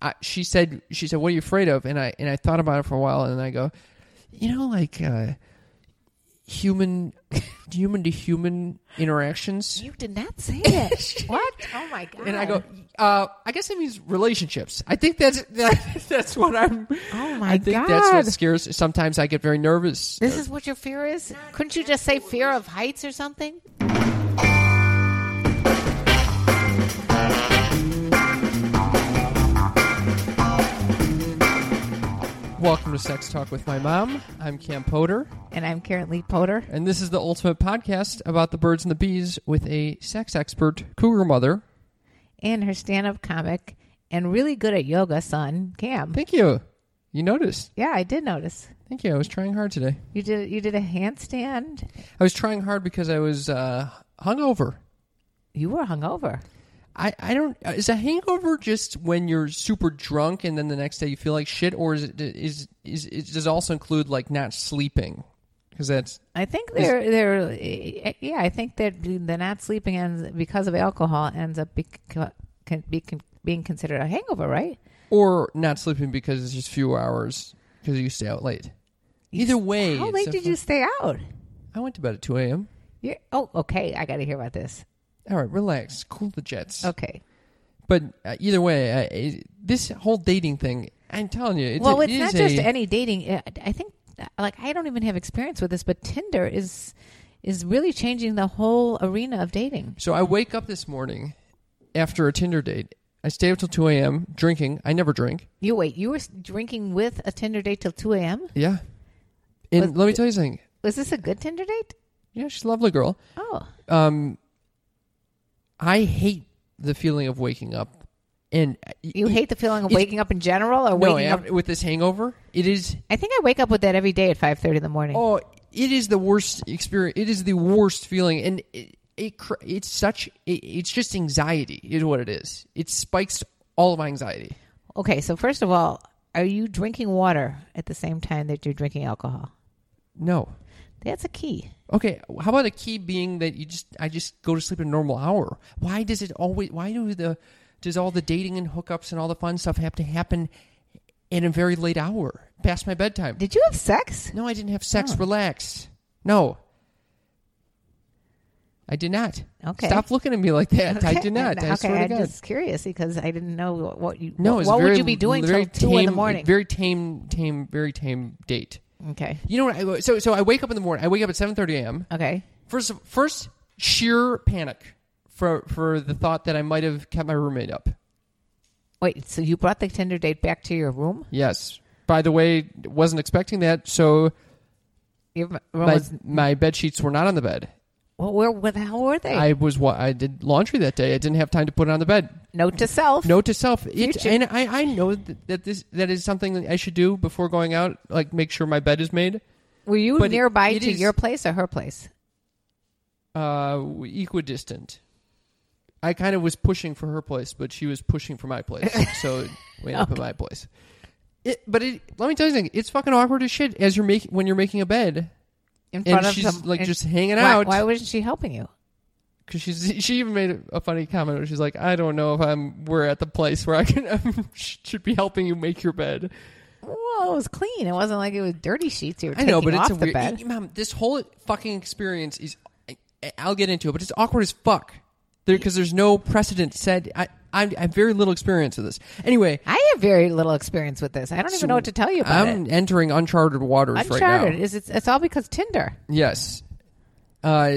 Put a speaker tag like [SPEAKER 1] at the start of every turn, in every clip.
[SPEAKER 1] I, I, she said, "She said, what are you afraid of?" And I and I thought about it for a while, and I go, you know, like uh, human, human to human interactions.
[SPEAKER 2] You did not say it. what? Oh my god!
[SPEAKER 1] And I go, uh, I guess it means relationships. I think that's that, that's what I'm.
[SPEAKER 2] Oh my
[SPEAKER 1] I think that's what
[SPEAKER 2] God.
[SPEAKER 1] scares. Sometimes I get very nervous.
[SPEAKER 2] This is what your fear is? Couldn't you just say fear of heights or something?
[SPEAKER 1] Welcome to Sex Talk with my mom. I'm Cam Potter,
[SPEAKER 2] And I'm Karen Lee Potter.
[SPEAKER 1] and this is the ultimate podcast about the birds and the bees with a sex expert cougar mother.
[SPEAKER 2] And her stand up comic and really good at yoga son, Cam.
[SPEAKER 1] Thank you. You noticed.
[SPEAKER 2] Yeah, I did notice.
[SPEAKER 1] Thank you. I was trying hard today.
[SPEAKER 2] You did you did a handstand.
[SPEAKER 1] I was trying hard because I was uh, hungover.
[SPEAKER 2] You were hungover.
[SPEAKER 1] I, I don't. uh, Is a hangover just when you're super drunk and then the next day you feel like shit, or is it is is, is does it also include like not sleeping? Because that's
[SPEAKER 2] I think they're they're yeah. I think that the not sleeping ends because of alcohol ends up be, can be con, being considered a hangover, right?
[SPEAKER 1] or not sleeping because it's just few hours because you stay out late. Either way,
[SPEAKER 2] How
[SPEAKER 1] it's
[SPEAKER 2] late
[SPEAKER 1] a
[SPEAKER 2] did
[SPEAKER 1] fu-
[SPEAKER 2] you stay out?
[SPEAKER 1] I went to bed at two a.m.
[SPEAKER 2] You're, oh, okay. I got to hear about this.
[SPEAKER 1] All right, relax, cool the jets.
[SPEAKER 2] Okay.
[SPEAKER 1] But uh, either way, I, I, this whole dating thing, I'm telling you, it's
[SPEAKER 2] well,
[SPEAKER 1] a-
[SPEAKER 2] it's
[SPEAKER 1] it
[SPEAKER 2] not
[SPEAKER 1] is
[SPEAKER 2] just
[SPEAKER 1] a-
[SPEAKER 2] any dating. I- I think, uh, like, I don't even have experience with this, but Tinder is is really changing the whole arena of dating.
[SPEAKER 1] So I wake up this morning after a Tinder date. I stay up till 2 a.m. drinking. I never drink.
[SPEAKER 2] You wait. You were s- drinking with a Tinder date till two a.m.
[SPEAKER 1] Yeah. And
[SPEAKER 2] Was-
[SPEAKER 1] let me tell you something.
[SPEAKER 2] Was this a good Tinder date?
[SPEAKER 1] Yeah, she's a lovely girl.
[SPEAKER 2] Oh,
[SPEAKER 1] Um, I hate the feeling of waking up. And
[SPEAKER 2] you hate the feeling of
[SPEAKER 1] It's-
[SPEAKER 2] waking up in general, or
[SPEAKER 1] no,
[SPEAKER 2] waking up
[SPEAKER 1] af- with this hangover. It is
[SPEAKER 2] I think I wake up with that every day at five thirty in the morning.
[SPEAKER 1] oh, it is the worst experience. It is the worst feeling, and it, it cr- it's such it, it's just anxiety is what it is. It spikes all of my anxiety.
[SPEAKER 2] Okay, so first of all, are you drinking water at the same time that you're drinking alcohol?
[SPEAKER 1] No,
[SPEAKER 2] That's a key.
[SPEAKER 1] Okay, how about a key being that you just I just go to sleep at a normal hour? Why does it always why do the does all the dating and hookups and all the fun stuff have to happen at a very late hour, past my bedtime?
[SPEAKER 2] Did you have sex?
[SPEAKER 1] no, I didn't have sex. Relax. No. I did not.
[SPEAKER 2] Okay.
[SPEAKER 1] Stop looking at me like that. I
[SPEAKER 2] Okay,
[SPEAKER 1] did not.
[SPEAKER 2] Okay,
[SPEAKER 1] I swear to
[SPEAKER 2] I'm
[SPEAKER 1] God.
[SPEAKER 2] just curious because I didn't know what- what you.
[SPEAKER 1] no,
[SPEAKER 2] what,
[SPEAKER 1] it's
[SPEAKER 2] what
[SPEAKER 1] very,
[SPEAKER 2] would you be doing till
[SPEAKER 1] very
[SPEAKER 2] two in the
[SPEAKER 1] tame-
[SPEAKER 2] morning?
[SPEAKER 1] Very tame, tame, very tame date.
[SPEAKER 2] okay,
[SPEAKER 1] You know what? I, so, so I wake up in the morning. I wake up at seven thirty a.m.
[SPEAKER 2] okay,
[SPEAKER 1] First, of- first sheer panic for for the thought that I might have kept my roommate up.
[SPEAKER 2] wait. So you brought the Tinder date back to your room?
[SPEAKER 1] Yes. By the way, wasn't expecting that. So
[SPEAKER 2] Your room
[SPEAKER 1] my,
[SPEAKER 2] was.
[SPEAKER 1] my bed sheets were not on the bed.
[SPEAKER 2] Well, where, where the hell were they?
[SPEAKER 1] I was wa- I did laundry that day. I didn't have time to put it on the bed.
[SPEAKER 2] Note to self.
[SPEAKER 1] Note to self. It,
[SPEAKER 2] Future.
[SPEAKER 1] and I, I know th- that this that is something that I should do before going out. Like make sure my bed is made.
[SPEAKER 2] Were you
[SPEAKER 1] but it-
[SPEAKER 2] nearby
[SPEAKER 1] it
[SPEAKER 2] to
[SPEAKER 1] is-
[SPEAKER 2] your place or her place?
[SPEAKER 1] Uh, equidistant. I kind of was pushing for her place, but she was pushing for my place, so it went up at my place. It, but it, let me tell you something. It's fucking awkward as shit as you're making when you're making a bed
[SPEAKER 2] In front
[SPEAKER 1] and
[SPEAKER 2] of
[SPEAKER 1] she's
[SPEAKER 2] some,
[SPEAKER 1] like
[SPEAKER 2] in-
[SPEAKER 1] just hanging
[SPEAKER 2] why,
[SPEAKER 1] out
[SPEAKER 2] Why wasn't she helping you?
[SPEAKER 1] because she's she even made a funny comment where she's like, "I don't know if I'm we're at the place where I can should be helping you make your bed."
[SPEAKER 2] Well, it was clean. It wasn't like it was dirty sheets you were
[SPEAKER 1] I
[SPEAKER 2] taking
[SPEAKER 1] know, but
[SPEAKER 2] off
[SPEAKER 1] it's a
[SPEAKER 2] the
[SPEAKER 1] weird.
[SPEAKER 2] bed.
[SPEAKER 1] Mom, this whole fucking experience is. I, I'll get into it, but it's awkward as fuck. There, because there's no precedent said. I, I, I have very little experience with this. Anyway,
[SPEAKER 2] I have very little experience with this. I don't even know what to tell you about
[SPEAKER 1] I'm
[SPEAKER 2] it.
[SPEAKER 1] entering uncharted waters
[SPEAKER 2] Uncharted
[SPEAKER 1] right now.
[SPEAKER 2] is it's, it's all because Tinder.
[SPEAKER 1] Yes. Uh,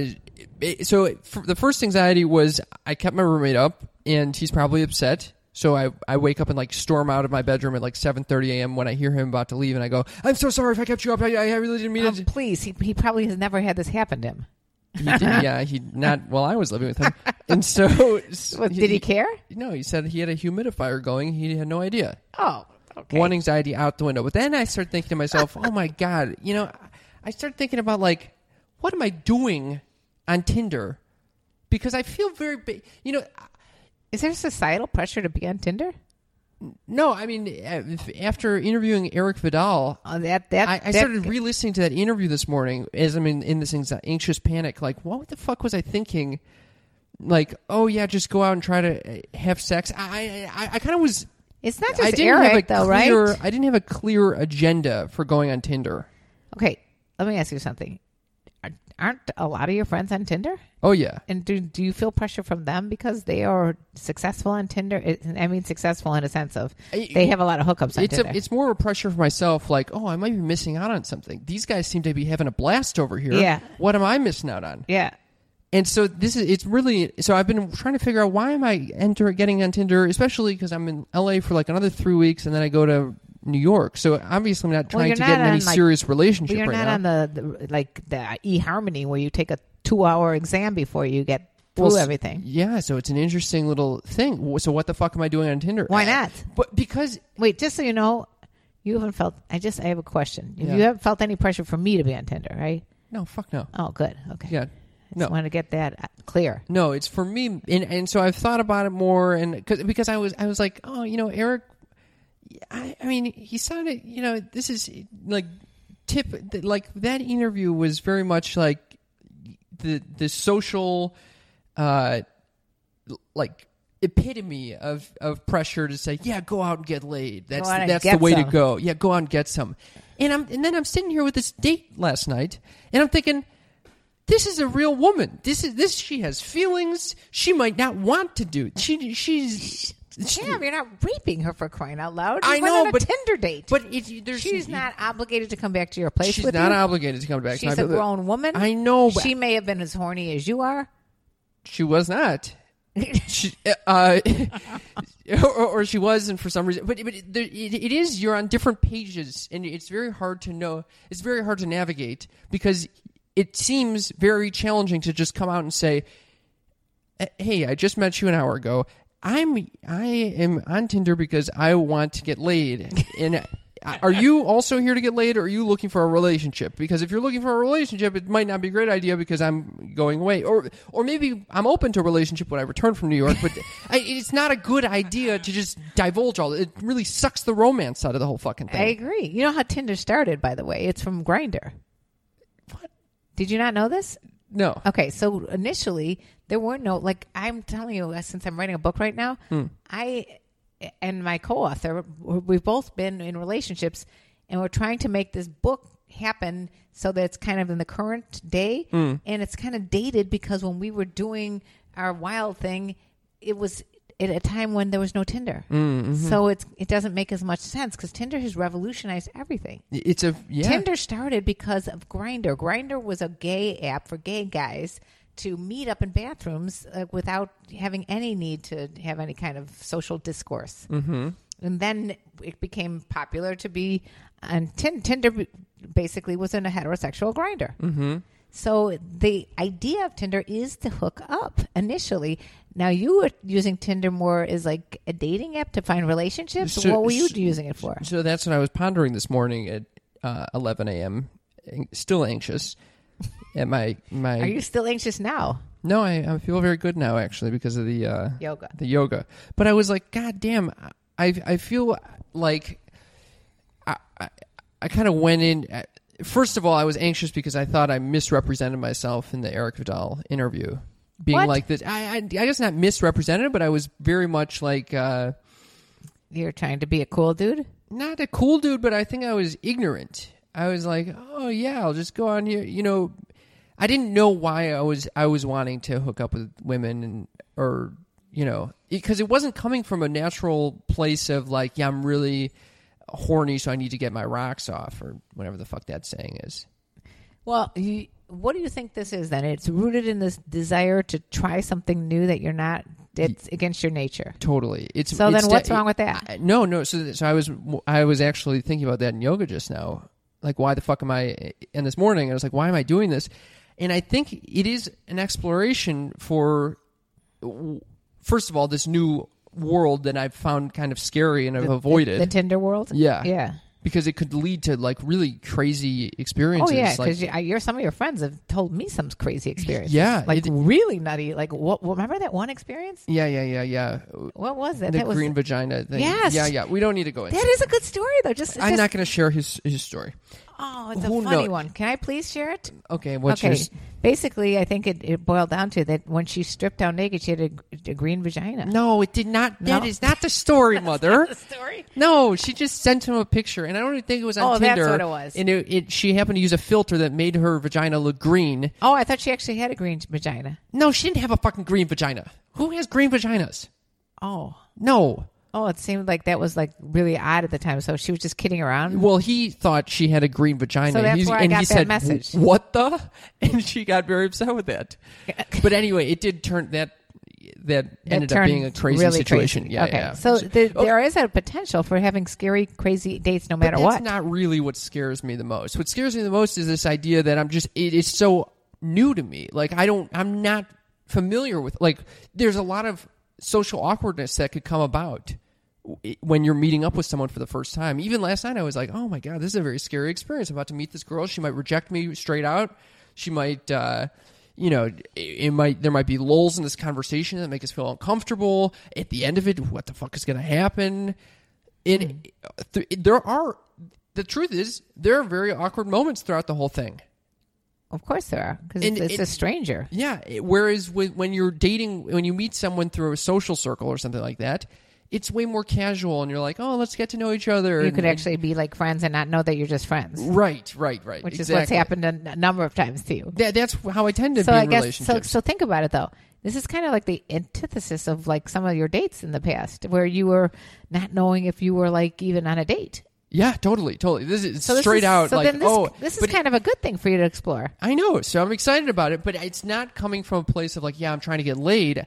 [SPEAKER 1] it- so f the first anxiety was I kept my roommate up, and he's probably upset. So I, I wake up and like storm out of my bedroom at like 7:30 a.m. when I hear him about to leave, and I go, "I'm so sorry if I kept you up. I, I really didn't mean
[SPEAKER 2] Um,
[SPEAKER 1] it."
[SPEAKER 2] please, he, he probably has never had this happen to him.
[SPEAKER 1] He did, yeah, he not while I was living with him. and so
[SPEAKER 2] What, did he care?
[SPEAKER 1] No, he said he had a humidifier going. He had no idea.
[SPEAKER 2] Oh, okay.
[SPEAKER 1] One anxiety out the window. But then I started thinking to myself, oh my God, you know, I started thinking about like, what am I doing on Tinder? Because I feel very, ba- you know,
[SPEAKER 2] Is there societal pressure to be on Tinder?
[SPEAKER 1] no, I mean, if- after interviewing Eric Vidal,
[SPEAKER 2] Oh, that that
[SPEAKER 1] I, I
[SPEAKER 2] that-
[SPEAKER 1] started re-listening to that interview this morning as I'm in, in this anxi- anxious panic. Like, what the fuck was I thinking? Like, oh yeah, just go out and try to uh, have sex. I I, I, I kind of was.
[SPEAKER 2] It's not
[SPEAKER 1] I
[SPEAKER 2] just
[SPEAKER 1] didn't
[SPEAKER 2] Eric,
[SPEAKER 1] have a
[SPEAKER 2] though, right?
[SPEAKER 1] clear. I didn't have a clear agenda for going on Tinder.
[SPEAKER 2] Okay, let me ask you something. Aren't- Aren't a lot of your friends on Tinder?
[SPEAKER 1] Oh yeah,
[SPEAKER 2] And do do you feel pressure from them because they are successful on Tinder? It, I mean, successful in a sense of
[SPEAKER 1] I-
[SPEAKER 2] they have a lot of hookups on
[SPEAKER 1] it's
[SPEAKER 2] Tinder.
[SPEAKER 1] a, it's more of a pressure for myself. Like, oh, I might be missing out on something. These guys seem to be having a blast over here.
[SPEAKER 2] Yeah.
[SPEAKER 1] what am I missing out on?
[SPEAKER 2] yeah,
[SPEAKER 1] And so this is it's really so I've been trying to figure out why am I enter getting on Tinder, especially because I'm in LA for like another three weeks and then I go to New York. So obviously I'm not
[SPEAKER 2] Well,
[SPEAKER 1] trying
[SPEAKER 2] you're
[SPEAKER 1] to get
[SPEAKER 2] not
[SPEAKER 1] in any
[SPEAKER 2] on, like-
[SPEAKER 1] serious relationship
[SPEAKER 2] but you're
[SPEAKER 1] right
[SPEAKER 2] not
[SPEAKER 1] now.
[SPEAKER 2] on the, the like the eHarmony where you take a two hour exam before you get through
[SPEAKER 1] Well, s-
[SPEAKER 2] everything.
[SPEAKER 1] Yeah, so it's an interesting little thing. W- So what the fuck am I doing on Tinder?
[SPEAKER 2] Why
[SPEAKER 1] Uh,
[SPEAKER 2] not?
[SPEAKER 1] But because
[SPEAKER 2] Wait, just so you know, you haven't felt. I just I have a question.
[SPEAKER 1] Yeah.
[SPEAKER 2] You haven't felt any pressure from me to be on Tinder, right?
[SPEAKER 1] no, fuck no.
[SPEAKER 2] Oh, good. Okay.
[SPEAKER 1] Yeah.
[SPEAKER 2] I
[SPEAKER 1] No.
[SPEAKER 2] just want to get that uh, clear.
[SPEAKER 1] No, it's for me, and and so I've thought about it more, and cause, because I was I was like, oh, you know, Eric, I, I mean, he sounded, you know, this is like tip, th- like that interview was very much like the the social, uh, l- like epitome of of pressure to say, yeah, go out and get laid. That's
[SPEAKER 2] out and
[SPEAKER 1] that's the
[SPEAKER 2] get
[SPEAKER 1] way to
[SPEAKER 2] some.
[SPEAKER 1] go. Yeah, go out and get some. And I'm and then I'm sitting here with this date last night, and I'm thinking this is a real woman. This is this. She has feelings. She might not want to do. She she's. she-
[SPEAKER 2] Damn, you're not raping her for crying out loud. You
[SPEAKER 1] I
[SPEAKER 2] went
[SPEAKER 1] know,
[SPEAKER 2] on a
[SPEAKER 1] but
[SPEAKER 2] Tinder date.
[SPEAKER 1] but it, there's
[SPEAKER 2] she's not obligated to come back to your place.
[SPEAKER 1] She's
[SPEAKER 2] with
[SPEAKER 1] not
[SPEAKER 2] you.
[SPEAKER 1] obligated to come back.
[SPEAKER 2] She's
[SPEAKER 1] to
[SPEAKER 2] a
[SPEAKER 1] my-
[SPEAKER 2] grown woman.
[SPEAKER 1] I know, but-
[SPEAKER 2] She may have been as horny as you are.
[SPEAKER 1] She was not. she, uh, or, or she was, and for some reason, but but there, it, it is. You're on different pages, and it's very hard to know. It's very hard to navigate because it seems very challenging to just come out and say, "Eh, "Hey, I just met you an hour ago. I'm I am on Tinder because I want to get laid." And are you also here to get laid, or are you looking for a relationship? Because if you're looking for a relationship, it might not be a great idea because I'm going away, or or maybe I'm open to a relationship when I return from New York. But I, it's not a good idea to just divulge all. It really sucks the romance out of the whole fucking
[SPEAKER 2] I
[SPEAKER 1] thing.
[SPEAKER 2] agree. You know how Tinder started, by the way. It's from Grinder.
[SPEAKER 1] What?
[SPEAKER 2] Did you not know this?
[SPEAKER 1] no.
[SPEAKER 2] Okay, so initially there were no like I'm telling you since I'm writing a book right now, I and my co-author we've both been in relationships and we're trying to make this book happen so that it's kind of in the current day and it's kind of dated because when we were doing our wild thing, it was at a time when there was no Tinder. So it's it doesn't make as much sense cuz Tinder has revolutionized everything.
[SPEAKER 1] It's a yeah.
[SPEAKER 2] Tinder started because of Grinder. Grinder was a gay app for gay guys to meet up in bathrooms uh, without having any need to have any kind of social discourse. Mm-hmm. And then it became popular to be on Tin- Tinder. b- Basically, was in a heterosexual grinder. Mm-hmm. So the idea of Tinder is to hook up initially. Now you were using Tinder more as like a dating app to find relationships.
[SPEAKER 1] So-
[SPEAKER 2] what were you
[SPEAKER 1] so-
[SPEAKER 2] using it for?
[SPEAKER 1] So that's what I was pondering this morning at uh, 11 a.m. An- Still anxious at my my.
[SPEAKER 2] Are you still anxious now?
[SPEAKER 1] No, I, I feel very good now actually because of the uh,
[SPEAKER 2] Yoga.
[SPEAKER 1] The yoga, but I was like, God damn, I I feel like I I, I kind of went in. uh, First of all, I was anxious because I thought I misrepresented myself in the Eric Vidal interview, being
[SPEAKER 2] What?
[SPEAKER 1] like this. I, I I guess not misrepresented, but I was very much like. Uh,
[SPEAKER 2] You're trying to be a cool dude?
[SPEAKER 1] not a cool dude, but I think I was ignorant. I was like, oh yeah, I'll just go on here. You know, I didn't know why I was I was wanting to hook up with women and or you know because it wasn't coming from a natural place of like yeah I'm really horny so I need to get my rocks off or whatever the fuck that saying is.
[SPEAKER 2] Well, you, what do you think this is then? It's rooted in this desire to try something new that you're not, it's against your nature.
[SPEAKER 1] Totally. It's
[SPEAKER 2] So
[SPEAKER 1] it's
[SPEAKER 2] then what's
[SPEAKER 1] de-
[SPEAKER 2] wrong with that?
[SPEAKER 1] I- Uh, no, no. So, so I was I was actually thinking about that in yoga just now. Like, why the fuck am I? And this morning, I was like, why am I doing this? And I think it is an exploration for w- first of all, this new world that I've found kind of scary and I've avoided.
[SPEAKER 2] the Tinder world.
[SPEAKER 1] Yeah.
[SPEAKER 2] yeah.
[SPEAKER 1] because it could lead to like really crazy experiences.
[SPEAKER 2] Oh yeah,
[SPEAKER 1] like,
[SPEAKER 2] because you you, some of your friends have told me some crazy experiences.
[SPEAKER 1] Yeah,
[SPEAKER 2] like
[SPEAKER 1] it-
[SPEAKER 2] really nutty. Like what? Remember that one experience?
[SPEAKER 1] yeah, yeah, yeah, yeah.
[SPEAKER 2] What was that?
[SPEAKER 1] The
[SPEAKER 2] that was
[SPEAKER 1] green vagina thing.
[SPEAKER 2] Yes.
[SPEAKER 1] Yeah, yeah. We don't need to go into.
[SPEAKER 2] that is a good story though. Just, it's
[SPEAKER 1] I'm
[SPEAKER 2] just-
[SPEAKER 1] not going to share his his story.
[SPEAKER 2] Oh, it's a
[SPEAKER 1] who Uh,
[SPEAKER 2] funny
[SPEAKER 1] knows?
[SPEAKER 2] one. Can I please share it?
[SPEAKER 1] Okay, what's
[SPEAKER 2] okay.
[SPEAKER 1] yours?
[SPEAKER 2] Basically, I think it, it boiled down to that when she stripped down naked, she had a, a green vagina.
[SPEAKER 1] No, it did not. That
[SPEAKER 2] No.
[SPEAKER 1] is not the story, mother.
[SPEAKER 2] The story.
[SPEAKER 1] No, she just sent him a picture, and I don't even think it was on
[SPEAKER 2] Oh, that's
[SPEAKER 1] Tinder.
[SPEAKER 2] what it was.
[SPEAKER 1] And it, it, she happened to use a filter that made her vagina look green.
[SPEAKER 2] Oh, I thought she actually had a green vagina.
[SPEAKER 1] No, she didn't have a fucking green vagina. Who has green vaginas?
[SPEAKER 2] Oh.
[SPEAKER 1] No.
[SPEAKER 2] Oh, it seemed like that was like really odd at the time. So she was just kidding around.
[SPEAKER 1] Well, he thought she had a green vagina.
[SPEAKER 2] So that's
[SPEAKER 1] He's-
[SPEAKER 2] where I
[SPEAKER 1] and
[SPEAKER 2] got
[SPEAKER 1] he
[SPEAKER 2] that
[SPEAKER 1] said,
[SPEAKER 2] message.
[SPEAKER 1] What the? And she got very upset with that. but anyway, it did turn that. That
[SPEAKER 2] It
[SPEAKER 1] ended up
[SPEAKER 2] turned
[SPEAKER 1] being a crazy
[SPEAKER 2] really
[SPEAKER 1] situation.
[SPEAKER 2] crazy.
[SPEAKER 1] Yeah,
[SPEAKER 2] okay.
[SPEAKER 1] yeah.
[SPEAKER 2] So the,
[SPEAKER 1] Oh,
[SPEAKER 2] there is a potential for having scary, crazy dates, no matter
[SPEAKER 1] that's
[SPEAKER 2] what.
[SPEAKER 1] not really what scares me the most. What scares me the most is this idea that I'm just it is so new to me. Like I don't I'm not familiar with like there's a lot of social awkwardness that could come about w- when you're meeting up with someone for the first time. Even last night I was like, "Oh my god, this is a very scary experience. I'm about to meet this girl. She might reject me straight out. She might uh you know, it- it might there might be lulls in this conversation that make us feel uncomfortable. At the end of it, what the fuck is going to happen?
[SPEAKER 2] Hmm.
[SPEAKER 1] And th- there are the truth is there are very awkward moments throughout the whole thing.
[SPEAKER 2] of course there are because
[SPEAKER 1] And
[SPEAKER 2] it's, it's
[SPEAKER 1] it-
[SPEAKER 2] a stranger.
[SPEAKER 1] Yeah. it- Eh, Whereas when, when you're dating, when you meet someone through a social circle or something like that, it's way more casual, and you're like, oh, let's get to know each other.
[SPEAKER 2] You
[SPEAKER 1] and-
[SPEAKER 2] could actually be like friends and not know that you're just friends,
[SPEAKER 1] right, right, right,
[SPEAKER 2] which
[SPEAKER 1] exactly.
[SPEAKER 2] is what's happened a n- number of times to you.
[SPEAKER 1] That, that's how I tend to
[SPEAKER 2] So
[SPEAKER 1] be
[SPEAKER 2] I
[SPEAKER 1] in
[SPEAKER 2] guess so.
[SPEAKER 1] relationships.
[SPEAKER 2] So think about it though. This is kind of like the antithesis of like some of your dates in the past, where you were not knowing if you were like even on a date.
[SPEAKER 1] yeah, totally, totally. This is
[SPEAKER 2] So this
[SPEAKER 1] straight
[SPEAKER 2] is-
[SPEAKER 1] out
[SPEAKER 2] So
[SPEAKER 1] like,
[SPEAKER 2] then this,
[SPEAKER 1] oh,
[SPEAKER 2] this is
[SPEAKER 1] but
[SPEAKER 2] kind of a good thing for you to explore.
[SPEAKER 1] I know, so I'm excited about it, but it's not coming from a place of like, yeah, I'm trying to get laid.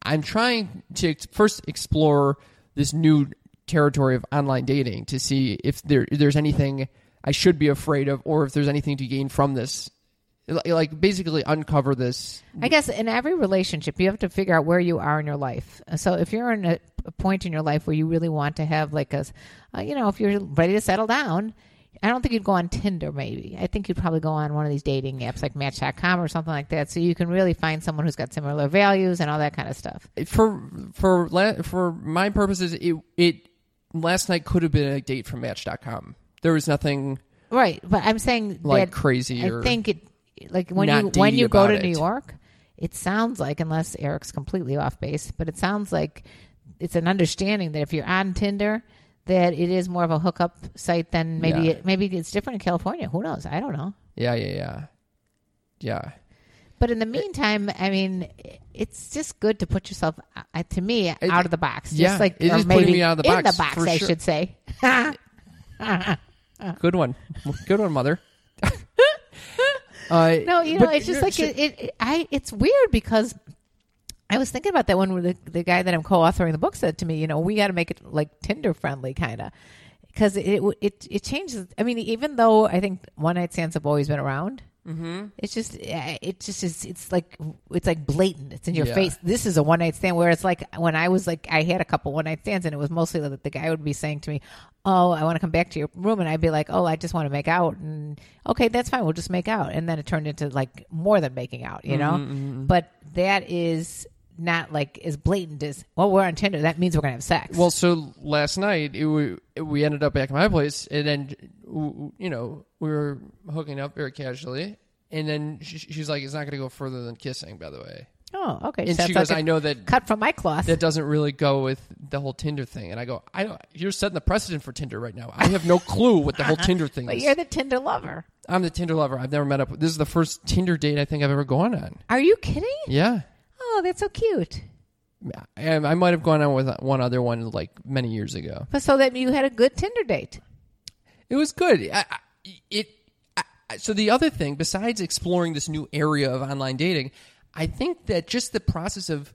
[SPEAKER 1] I'm trying to ex- first explore this new territory of online dating to see if there if there's anything I should be afraid of, or if there's anything to gain from this. Li- Like basically uncover this.
[SPEAKER 2] I guess in every relationship, you have to figure out where you are in your life. So if you're in a, a point in your life where you really want to have like a, s- uh, you know, if you're ready to settle down, I don't think you'd go on Tinder. Maybe I think you'd probably go on one of these dating apps like Match.com or something like that, so you can really find someone who's got similar values and all that kind of stuff.
[SPEAKER 1] for for la- for my purposes. It it last night could have been a date from Match.com. There was nothing
[SPEAKER 2] Right, but I'm saying
[SPEAKER 1] like
[SPEAKER 2] that
[SPEAKER 1] crazy.
[SPEAKER 2] I
[SPEAKER 1] or,
[SPEAKER 2] think it like when
[SPEAKER 1] not
[SPEAKER 2] you when
[SPEAKER 1] deity
[SPEAKER 2] you go
[SPEAKER 1] about
[SPEAKER 2] to
[SPEAKER 1] it.
[SPEAKER 2] New York, it sounds like unless Eric's completely off base, but it sounds like it's an understanding that if you're on Tinder, that it is more of a hookup site than maybe
[SPEAKER 1] Yeah.
[SPEAKER 2] it, maybe it's different in California. Who knows? I don't know.
[SPEAKER 1] yeah, yeah, yeah, yeah.
[SPEAKER 2] But in the meantime, I mean, it's just good to put yourself uh, to me out of the box. Just
[SPEAKER 1] yeah,
[SPEAKER 2] like
[SPEAKER 1] it
[SPEAKER 2] or
[SPEAKER 1] is putting
[SPEAKER 2] maybe
[SPEAKER 1] me out of the
[SPEAKER 2] in
[SPEAKER 1] box,
[SPEAKER 2] the box,
[SPEAKER 1] for
[SPEAKER 2] I
[SPEAKER 1] sure.
[SPEAKER 2] should say.
[SPEAKER 1] Good one. Good one, mother. uh,
[SPEAKER 2] No, you know,
[SPEAKER 1] but-
[SPEAKER 2] it's just like it, it, it. I. It's weird because I was thinking about that when the, the guy that I'm co-authoring the book said to me, you know, we got to make it like Tinder friendly, kind of, because it, it it it changes. I mean, even though I think one night stands have always been around. Mm-hmm. It's just, eh, it just is. It's like, it's like blatant. It's in your
[SPEAKER 1] Yeah.
[SPEAKER 2] face. This is a one night stand. Where it's like when I was like, I had a couple one night stands, and it was mostly that the guy would be saying to me, "Oh, I want to come back to your room," and I'd be like, "Oh, I just want to make out," and okay, that's fine. We'll just make out, and then it turned into like more than making out, you know.
[SPEAKER 1] Mm-hmm,
[SPEAKER 2] But that is not like as blatant as well. We're on Tinder. That means we're gonna have sex.
[SPEAKER 1] well, so last night it, we we ended up back at my place, and then w- you know we were hooking up very casually, and then she, she's like, "It's not going to go further than kissing." By the way,
[SPEAKER 2] oh, okay.
[SPEAKER 1] and
[SPEAKER 2] So
[SPEAKER 1] she
[SPEAKER 2] that's
[SPEAKER 1] goes,
[SPEAKER 2] like
[SPEAKER 1] "I
[SPEAKER 2] a
[SPEAKER 1] know that."
[SPEAKER 2] cut from my cloth.
[SPEAKER 1] That doesn't really go with the whole Tinder thing, and I go, I don't. You're setting the precedent for Tinder right now. I have no clue what the whole Tinder thing
[SPEAKER 2] but
[SPEAKER 1] is.
[SPEAKER 2] you're the Tinder lover.
[SPEAKER 1] I'm the Tinder lover. I've never met up. with This is the first Tinder date I think I've ever gone on.
[SPEAKER 2] Are you kidding?
[SPEAKER 1] Yeah,
[SPEAKER 2] Oh, that's so cute.
[SPEAKER 1] I, I might have gone on with one other one like many years ago.
[SPEAKER 2] But so that you had a good Tinder date.
[SPEAKER 1] It was good. I, I, it. I, I- so the other thing, besides exploring this new area of online dating, I think that just the process of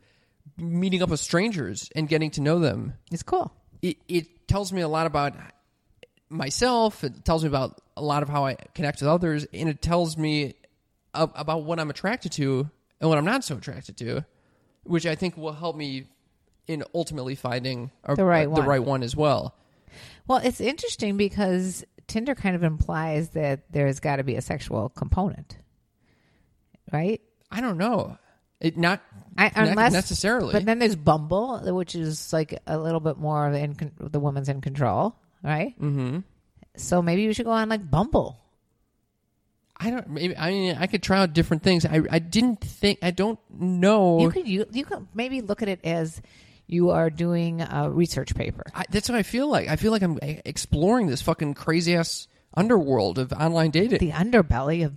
[SPEAKER 1] meeting up with strangers and getting to know them,
[SPEAKER 2] It's cool.
[SPEAKER 1] it, it tells me a lot about myself. It tells me about a lot of how I connect with others, and it tells me ab- about what I'm attracted to and what I'm not so attracted to. which I think will help me in ultimately finding a,
[SPEAKER 2] The right
[SPEAKER 1] a-
[SPEAKER 2] one.
[SPEAKER 1] as well.
[SPEAKER 2] Well, it's interesting because Tinder kind of implies that there's got to be a sexual component, right?
[SPEAKER 1] I don't know. It not
[SPEAKER 2] I,
[SPEAKER 1] ne-
[SPEAKER 2] unless
[SPEAKER 1] necessarily.
[SPEAKER 2] But then there's Bumble, which is like a little bit more of in con- the woman's in control, right? Mm-hmm. So maybe you should go on like Bumble.
[SPEAKER 1] I don't. Maybe I mean I could try out different things. I I didn't think. I don't know.
[SPEAKER 2] You could you, you could maybe look at it as you are doing a research paper.
[SPEAKER 1] I, that's what I feel like. I feel like I'm eh, exploring this fucking crazy ass underworld of online dating.
[SPEAKER 2] The underbelly of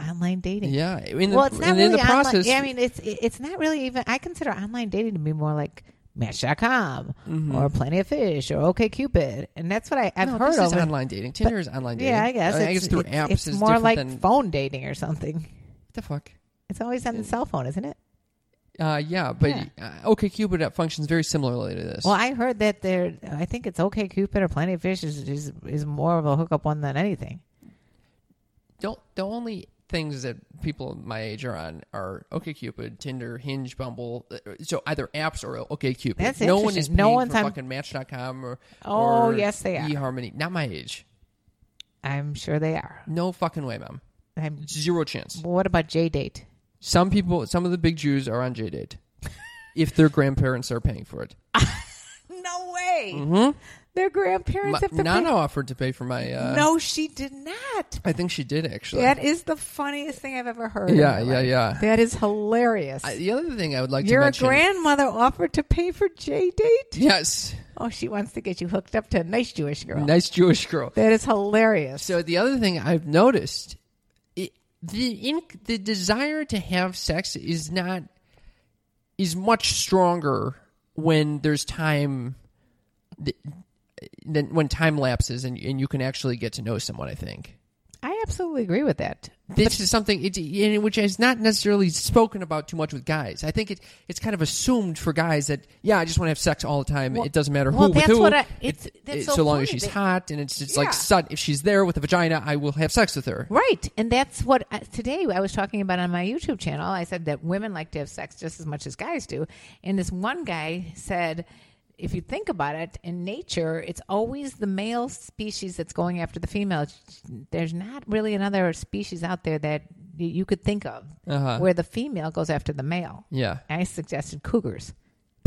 [SPEAKER 2] online dating.
[SPEAKER 1] yeah, in the,
[SPEAKER 2] Well, it's not
[SPEAKER 1] and
[SPEAKER 2] really
[SPEAKER 1] in the
[SPEAKER 2] online-
[SPEAKER 1] process.
[SPEAKER 2] yeah, I mean, it's it- it's not really even. I consider online dating to be more like Match.com or Plenty of Fish or OKCupid, and that's what I, I've
[SPEAKER 1] Mm-hmm. no,
[SPEAKER 2] heard
[SPEAKER 1] this
[SPEAKER 2] of.
[SPEAKER 1] is online dating. Tinder is online dating.
[SPEAKER 2] yeah, I guess.
[SPEAKER 1] I guess through
[SPEAKER 2] it's,
[SPEAKER 1] apps
[SPEAKER 2] It's
[SPEAKER 1] is
[SPEAKER 2] more
[SPEAKER 1] different
[SPEAKER 2] like
[SPEAKER 1] than what
[SPEAKER 2] phone dating or something.
[SPEAKER 1] the fuck.
[SPEAKER 2] It's always
[SPEAKER 1] Mm.
[SPEAKER 2] on the cell phone, isn't it?
[SPEAKER 1] Uh, yeah, but
[SPEAKER 2] Yeah.
[SPEAKER 1] Uh, OkCupid app functions very similarly to this.
[SPEAKER 2] Well, I heard that there. I think it's OKCupid or Plenty of Fish is is, is more of a hookup one than anything.
[SPEAKER 1] don't the only things that people my age are on are OkCupid, Tinder, Hinge, Bumble. uh, So either apps or OkCupid.
[SPEAKER 2] That's
[SPEAKER 1] no one
[SPEAKER 2] interesting.
[SPEAKER 1] is
[SPEAKER 2] No
[SPEAKER 1] paying
[SPEAKER 2] one's
[SPEAKER 1] for
[SPEAKER 2] on-
[SPEAKER 1] fucking Match.com or
[SPEAKER 2] Oh,
[SPEAKER 1] or
[SPEAKER 2] yes, they are.
[SPEAKER 1] eHarmony. Not my age.
[SPEAKER 2] I'm sure they are.
[SPEAKER 1] No fucking way, ma'am.
[SPEAKER 2] I'm.
[SPEAKER 1] Zero chance.
[SPEAKER 2] What about J Date?
[SPEAKER 1] Some people, some of the big Jews are on JDate if their grandparents are paying for it.
[SPEAKER 2] No way.
[SPEAKER 1] Mm-hmm.
[SPEAKER 2] Their
[SPEAKER 1] My,
[SPEAKER 2] grandparents have to
[SPEAKER 1] Nana
[SPEAKER 2] pay.
[SPEAKER 1] offered to pay for my. Uh,
[SPEAKER 2] No, she did not.
[SPEAKER 1] I think she did actually.
[SPEAKER 2] That is the funniest thing I've ever heard. in
[SPEAKER 1] yeah,
[SPEAKER 2] my
[SPEAKER 1] yeah,
[SPEAKER 2] life.
[SPEAKER 1] yeah.
[SPEAKER 2] That is hilarious.
[SPEAKER 1] I- Uh, the other thing I would like
[SPEAKER 2] Your
[SPEAKER 1] to mention.
[SPEAKER 2] grandmother offered to pay for J date.
[SPEAKER 1] yes,
[SPEAKER 2] Oh, she wants to get you hooked up to a nice Jewish girl.
[SPEAKER 1] nice Jewish girl.
[SPEAKER 2] That is hilarious.
[SPEAKER 1] So the other thing I've noticed, it, the in, the desire to have sex is not is much stronger when there's time. th- Than when time lapses and and you can actually get to know someone, I think.
[SPEAKER 2] I absolutely agree with that.
[SPEAKER 1] this is something it, in which is not necessarily spoken about too much with guys. I think it, it's kind of assumed for guys that yeah, I just want to have sex all the time. it doesn't matter who
[SPEAKER 2] well,
[SPEAKER 1] with
[SPEAKER 2] that's
[SPEAKER 1] who.
[SPEAKER 2] what I- it's-
[SPEAKER 1] it,
[SPEAKER 2] that's
[SPEAKER 1] it-
[SPEAKER 2] so
[SPEAKER 1] so, long as
[SPEAKER 2] funny
[SPEAKER 1] she's
[SPEAKER 2] that-
[SPEAKER 1] hot and it's it's
[SPEAKER 2] Yeah.
[SPEAKER 1] like sud. If she's there with a vagina, I will have sex with her.
[SPEAKER 2] Right. And that's what I, today I was talking about on my YouTube channel. I said that women like to have sex just as much as guys do. And this one guy said, if you think about it, in nature, it's always the male species that's going after the female. There's not really another species out there that y- you could think of where the female goes after the male.
[SPEAKER 1] Uh-huh. Yeah,
[SPEAKER 2] I suggested cougars.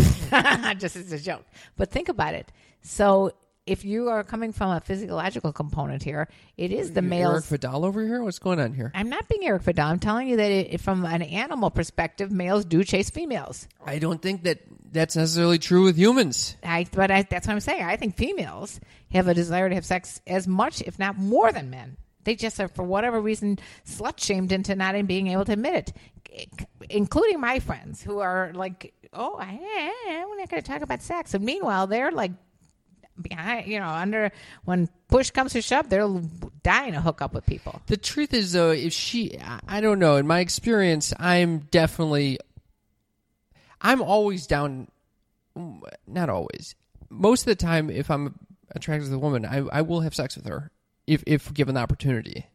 [SPEAKER 2] Just as a joke. But think about it. So if you are coming from a physiological component here, it is the
[SPEAKER 1] You Eric
[SPEAKER 2] male's
[SPEAKER 1] Vidal over here. What's going on here?
[SPEAKER 2] I'm not being Eric Vidal. I'm telling you that it, from an animal perspective, males do chase females.
[SPEAKER 1] I don't think that that's necessarily true with humans.
[SPEAKER 2] I, but I, that's what I'm saying. I think females have a desire to have sex as much, if not more, than men. They just are, for whatever reason, slut shamed into not even being able to admit it, c- including my friends who are like, "Oh, I, I, I- we're not going to talk about sex." And meanwhile, they're like, behind, you know, under when push comes to shove, they're dying to hook up with people.
[SPEAKER 1] The truth is, though, if she, I- I don't know. In my experience, I'm definitely, I'm always down. mm, Not always. Most of the time, if I'm attracted to the woman, I, I will have sex with her if if given the opportunity.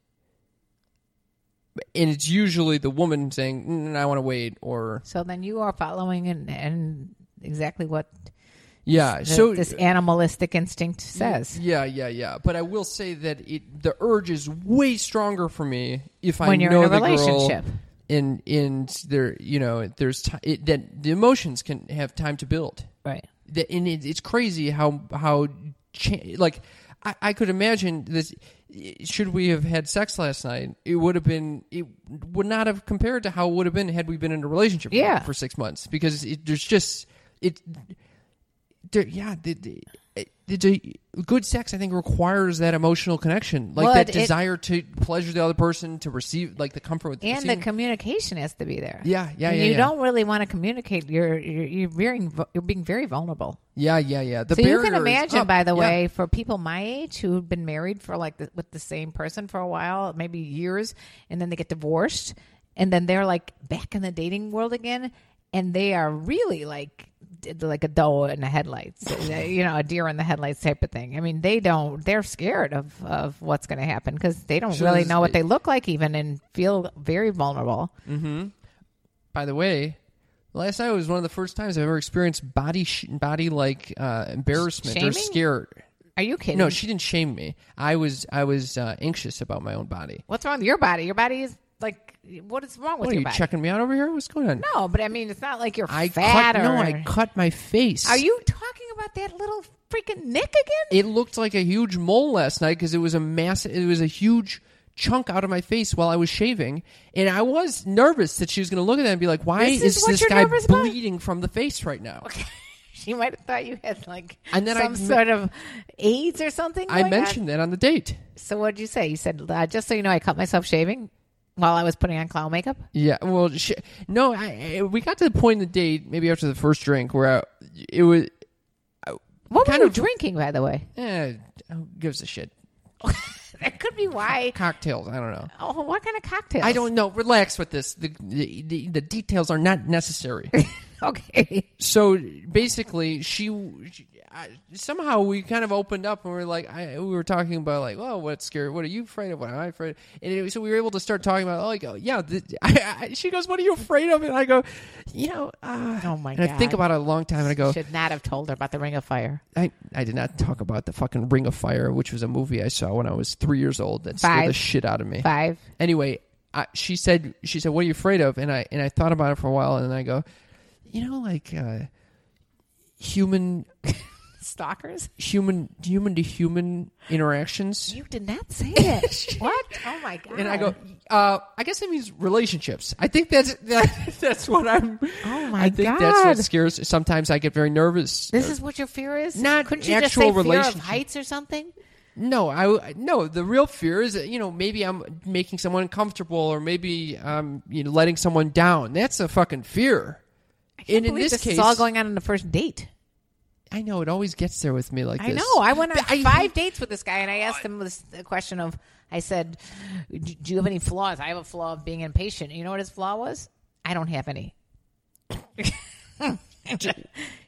[SPEAKER 1] And it's usually the woman saying, mm, "I want to wait," or
[SPEAKER 2] So then you are following and and exactly what
[SPEAKER 1] yeah.
[SPEAKER 2] the-
[SPEAKER 1] so
[SPEAKER 2] this animalistic instinct says.
[SPEAKER 1] Yeah, yeah, yeah. But I will say that it the urge is way stronger for me if I
[SPEAKER 2] When you're
[SPEAKER 1] know
[SPEAKER 2] in a
[SPEAKER 1] the girl
[SPEAKER 2] relationship.
[SPEAKER 1] and and there, you know, there's ti it, that the emotions can have time to build.
[SPEAKER 2] Right.
[SPEAKER 1] The, and it, it's crazy how how cha- like I, I could imagine this. Should we have had sex last night? It would have been. It would not have compared to how it would have been had we been in a relationship. for-
[SPEAKER 2] Yeah.
[SPEAKER 1] For six months because it, there's just it. There, yeah, the, the, the, the good sex I think requires that emotional connection, like
[SPEAKER 2] Well,
[SPEAKER 1] that
[SPEAKER 2] it- it-
[SPEAKER 1] desire to pleasure the other person, to receive like the comfort with
[SPEAKER 2] And the
[SPEAKER 1] receiving-
[SPEAKER 2] communication has to be there.
[SPEAKER 1] Yeah, yeah,
[SPEAKER 2] And
[SPEAKER 1] yeah,
[SPEAKER 2] You
[SPEAKER 1] yeah.
[SPEAKER 2] don't really want to communicate. You're you're you're being vu- you're being very vulnerable.
[SPEAKER 1] yeah, yeah, yeah. The
[SPEAKER 2] so you can
[SPEAKER 1] barrier is
[SPEAKER 2] imagine,
[SPEAKER 1] up.
[SPEAKER 2] by the
[SPEAKER 1] Yeah.
[SPEAKER 2] way, for people my age who've been married for like the, with the same person for a while, maybe years, and then they get divorced, and then they're like back in the dating world again, and they are really like d- like a doe in the headlights, uh, you know, a deer in the headlights type of thing. I mean, they don't. They're scared of of what's going to happen because they don't
[SPEAKER 1] So
[SPEAKER 2] really
[SPEAKER 1] this-
[SPEAKER 2] know what they look like even and feel very vulnerable.
[SPEAKER 1] by the way, Last night was one of the first times I've ever experienced body sh- body like uh, embarrassment or
[SPEAKER 2] Shaming? Mm-hmm.
[SPEAKER 1] scared.
[SPEAKER 2] Are you kidding?
[SPEAKER 1] No, she didn't shame me. I was I was uh, anxious about my own body.
[SPEAKER 2] What's wrong with your body? Your body is like, what is wrong with
[SPEAKER 1] What are
[SPEAKER 2] your
[SPEAKER 1] you
[SPEAKER 2] body?
[SPEAKER 1] checking me out over here? What's going on?
[SPEAKER 2] no, but I mean, it's not like you're
[SPEAKER 1] I
[SPEAKER 2] fat
[SPEAKER 1] cut.
[SPEAKER 2] or.
[SPEAKER 1] No, I cut my face.
[SPEAKER 2] Are you talking about that little freaking nick again?
[SPEAKER 1] It looked like a huge mole last night because it was a massive. It was a huge chunk out of my face while I was shaving, and I was nervous that she was going to look at that and be like, "Why
[SPEAKER 2] This is what
[SPEAKER 1] this
[SPEAKER 2] you're
[SPEAKER 1] guy
[SPEAKER 2] nervous about?
[SPEAKER 1] bleeding from the face right now?"
[SPEAKER 2] She might have thought you had like
[SPEAKER 1] And then I
[SPEAKER 2] some
[SPEAKER 1] me-
[SPEAKER 2] sort of AIDS or something.
[SPEAKER 1] I
[SPEAKER 2] going on.
[SPEAKER 1] mentioned that on the date.
[SPEAKER 2] So what did you say? You said uh, just so you know, I cut myself shaving while I was putting on clown makeup.
[SPEAKER 1] Yeah, well, sh no, I, I- we got to the point in the date, maybe after the first drink, where I, it was,
[SPEAKER 2] What
[SPEAKER 1] Kind
[SPEAKER 2] were you
[SPEAKER 1] of-
[SPEAKER 2] drinking, by the way?
[SPEAKER 1] eh, who gives a shit?
[SPEAKER 2] That could be why.
[SPEAKER 1] Cocktails, I don't know.
[SPEAKER 2] Oh, what kind of cocktail?
[SPEAKER 1] I don't know. Relax with this. The, the, the, the details are not necessary.
[SPEAKER 2] Okay.
[SPEAKER 1] so basically, she, she I, somehow we kind of opened up and we were like, I, we were talking about like, oh, what's scary? What are you afraid of? What am I afraid? Of? And it, so we were able to start talking about like, oh, yeah. This, I, I, she goes, what are you afraid of? And I go, you know, uh,
[SPEAKER 2] Oh, my
[SPEAKER 1] and I think
[SPEAKER 2] God.
[SPEAKER 1] about it a long time and I go,
[SPEAKER 2] Should not have told her about the Ring of Fire.
[SPEAKER 1] I, I did not talk about the fucking Ring of Fire, which was a movie I saw when I was three years old that scared
[SPEAKER 2] Five.
[SPEAKER 1] the shit out of me.
[SPEAKER 2] Five.
[SPEAKER 1] Anyway, I, she said she said, "What are you afraid of?" And I and I thought about it for a while, and I go, you know, like uh, human
[SPEAKER 2] Stalkers?
[SPEAKER 1] human human to human interactions.
[SPEAKER 2] You did not say that. what? Oh my god.
[SPEAKER 1] And I go, uh, I guess it means relationships. I think that's that, that's what I'm.
[SPEAKER 2] Oh
[SPEAKER 1] I
[SPEAKER 2] my
[SPEAKER 1] think that's what
[SPEAKER 2] God.
[SPEAKER 1] scares. Sometimes I get very nervous.
[SPEAKER 2] This is what your fear is?
[SPEAKER 1] "Uh, Not
[SPEAKER 2] Couldn't you just
[SPEAKER 1] actual
[SPEAKER 2] say fear of
[SPEAKER 1] relationship.
[SPEAKER 2] heights or something?
[SPEAKER 1] No, I no. The real fear is that you know maybe I'm making someone uncomfortable, or maybe I'm you know letting someone down. That's a fucking fear. And in
[SPEAKER 2] Believe
[SPEAKER 1] this
[SPEAKER 2] this
[SPEAKER 1] case,
[SPEAKER 2] is all going on in the first date.
[SPEAKER 1] I know it always gets there with me like
[SPEAKER 2] I
[SPEAKER 1] this.
[SPEAKER 2] know. I went on
[SPEAKER 1] I-
[SPEAKER 2] five dates with this guy, and I asked him this the question of, I said, "Do do you have any flaws? I have a flaw of being impatient. You know what his flaw was? I don't have any.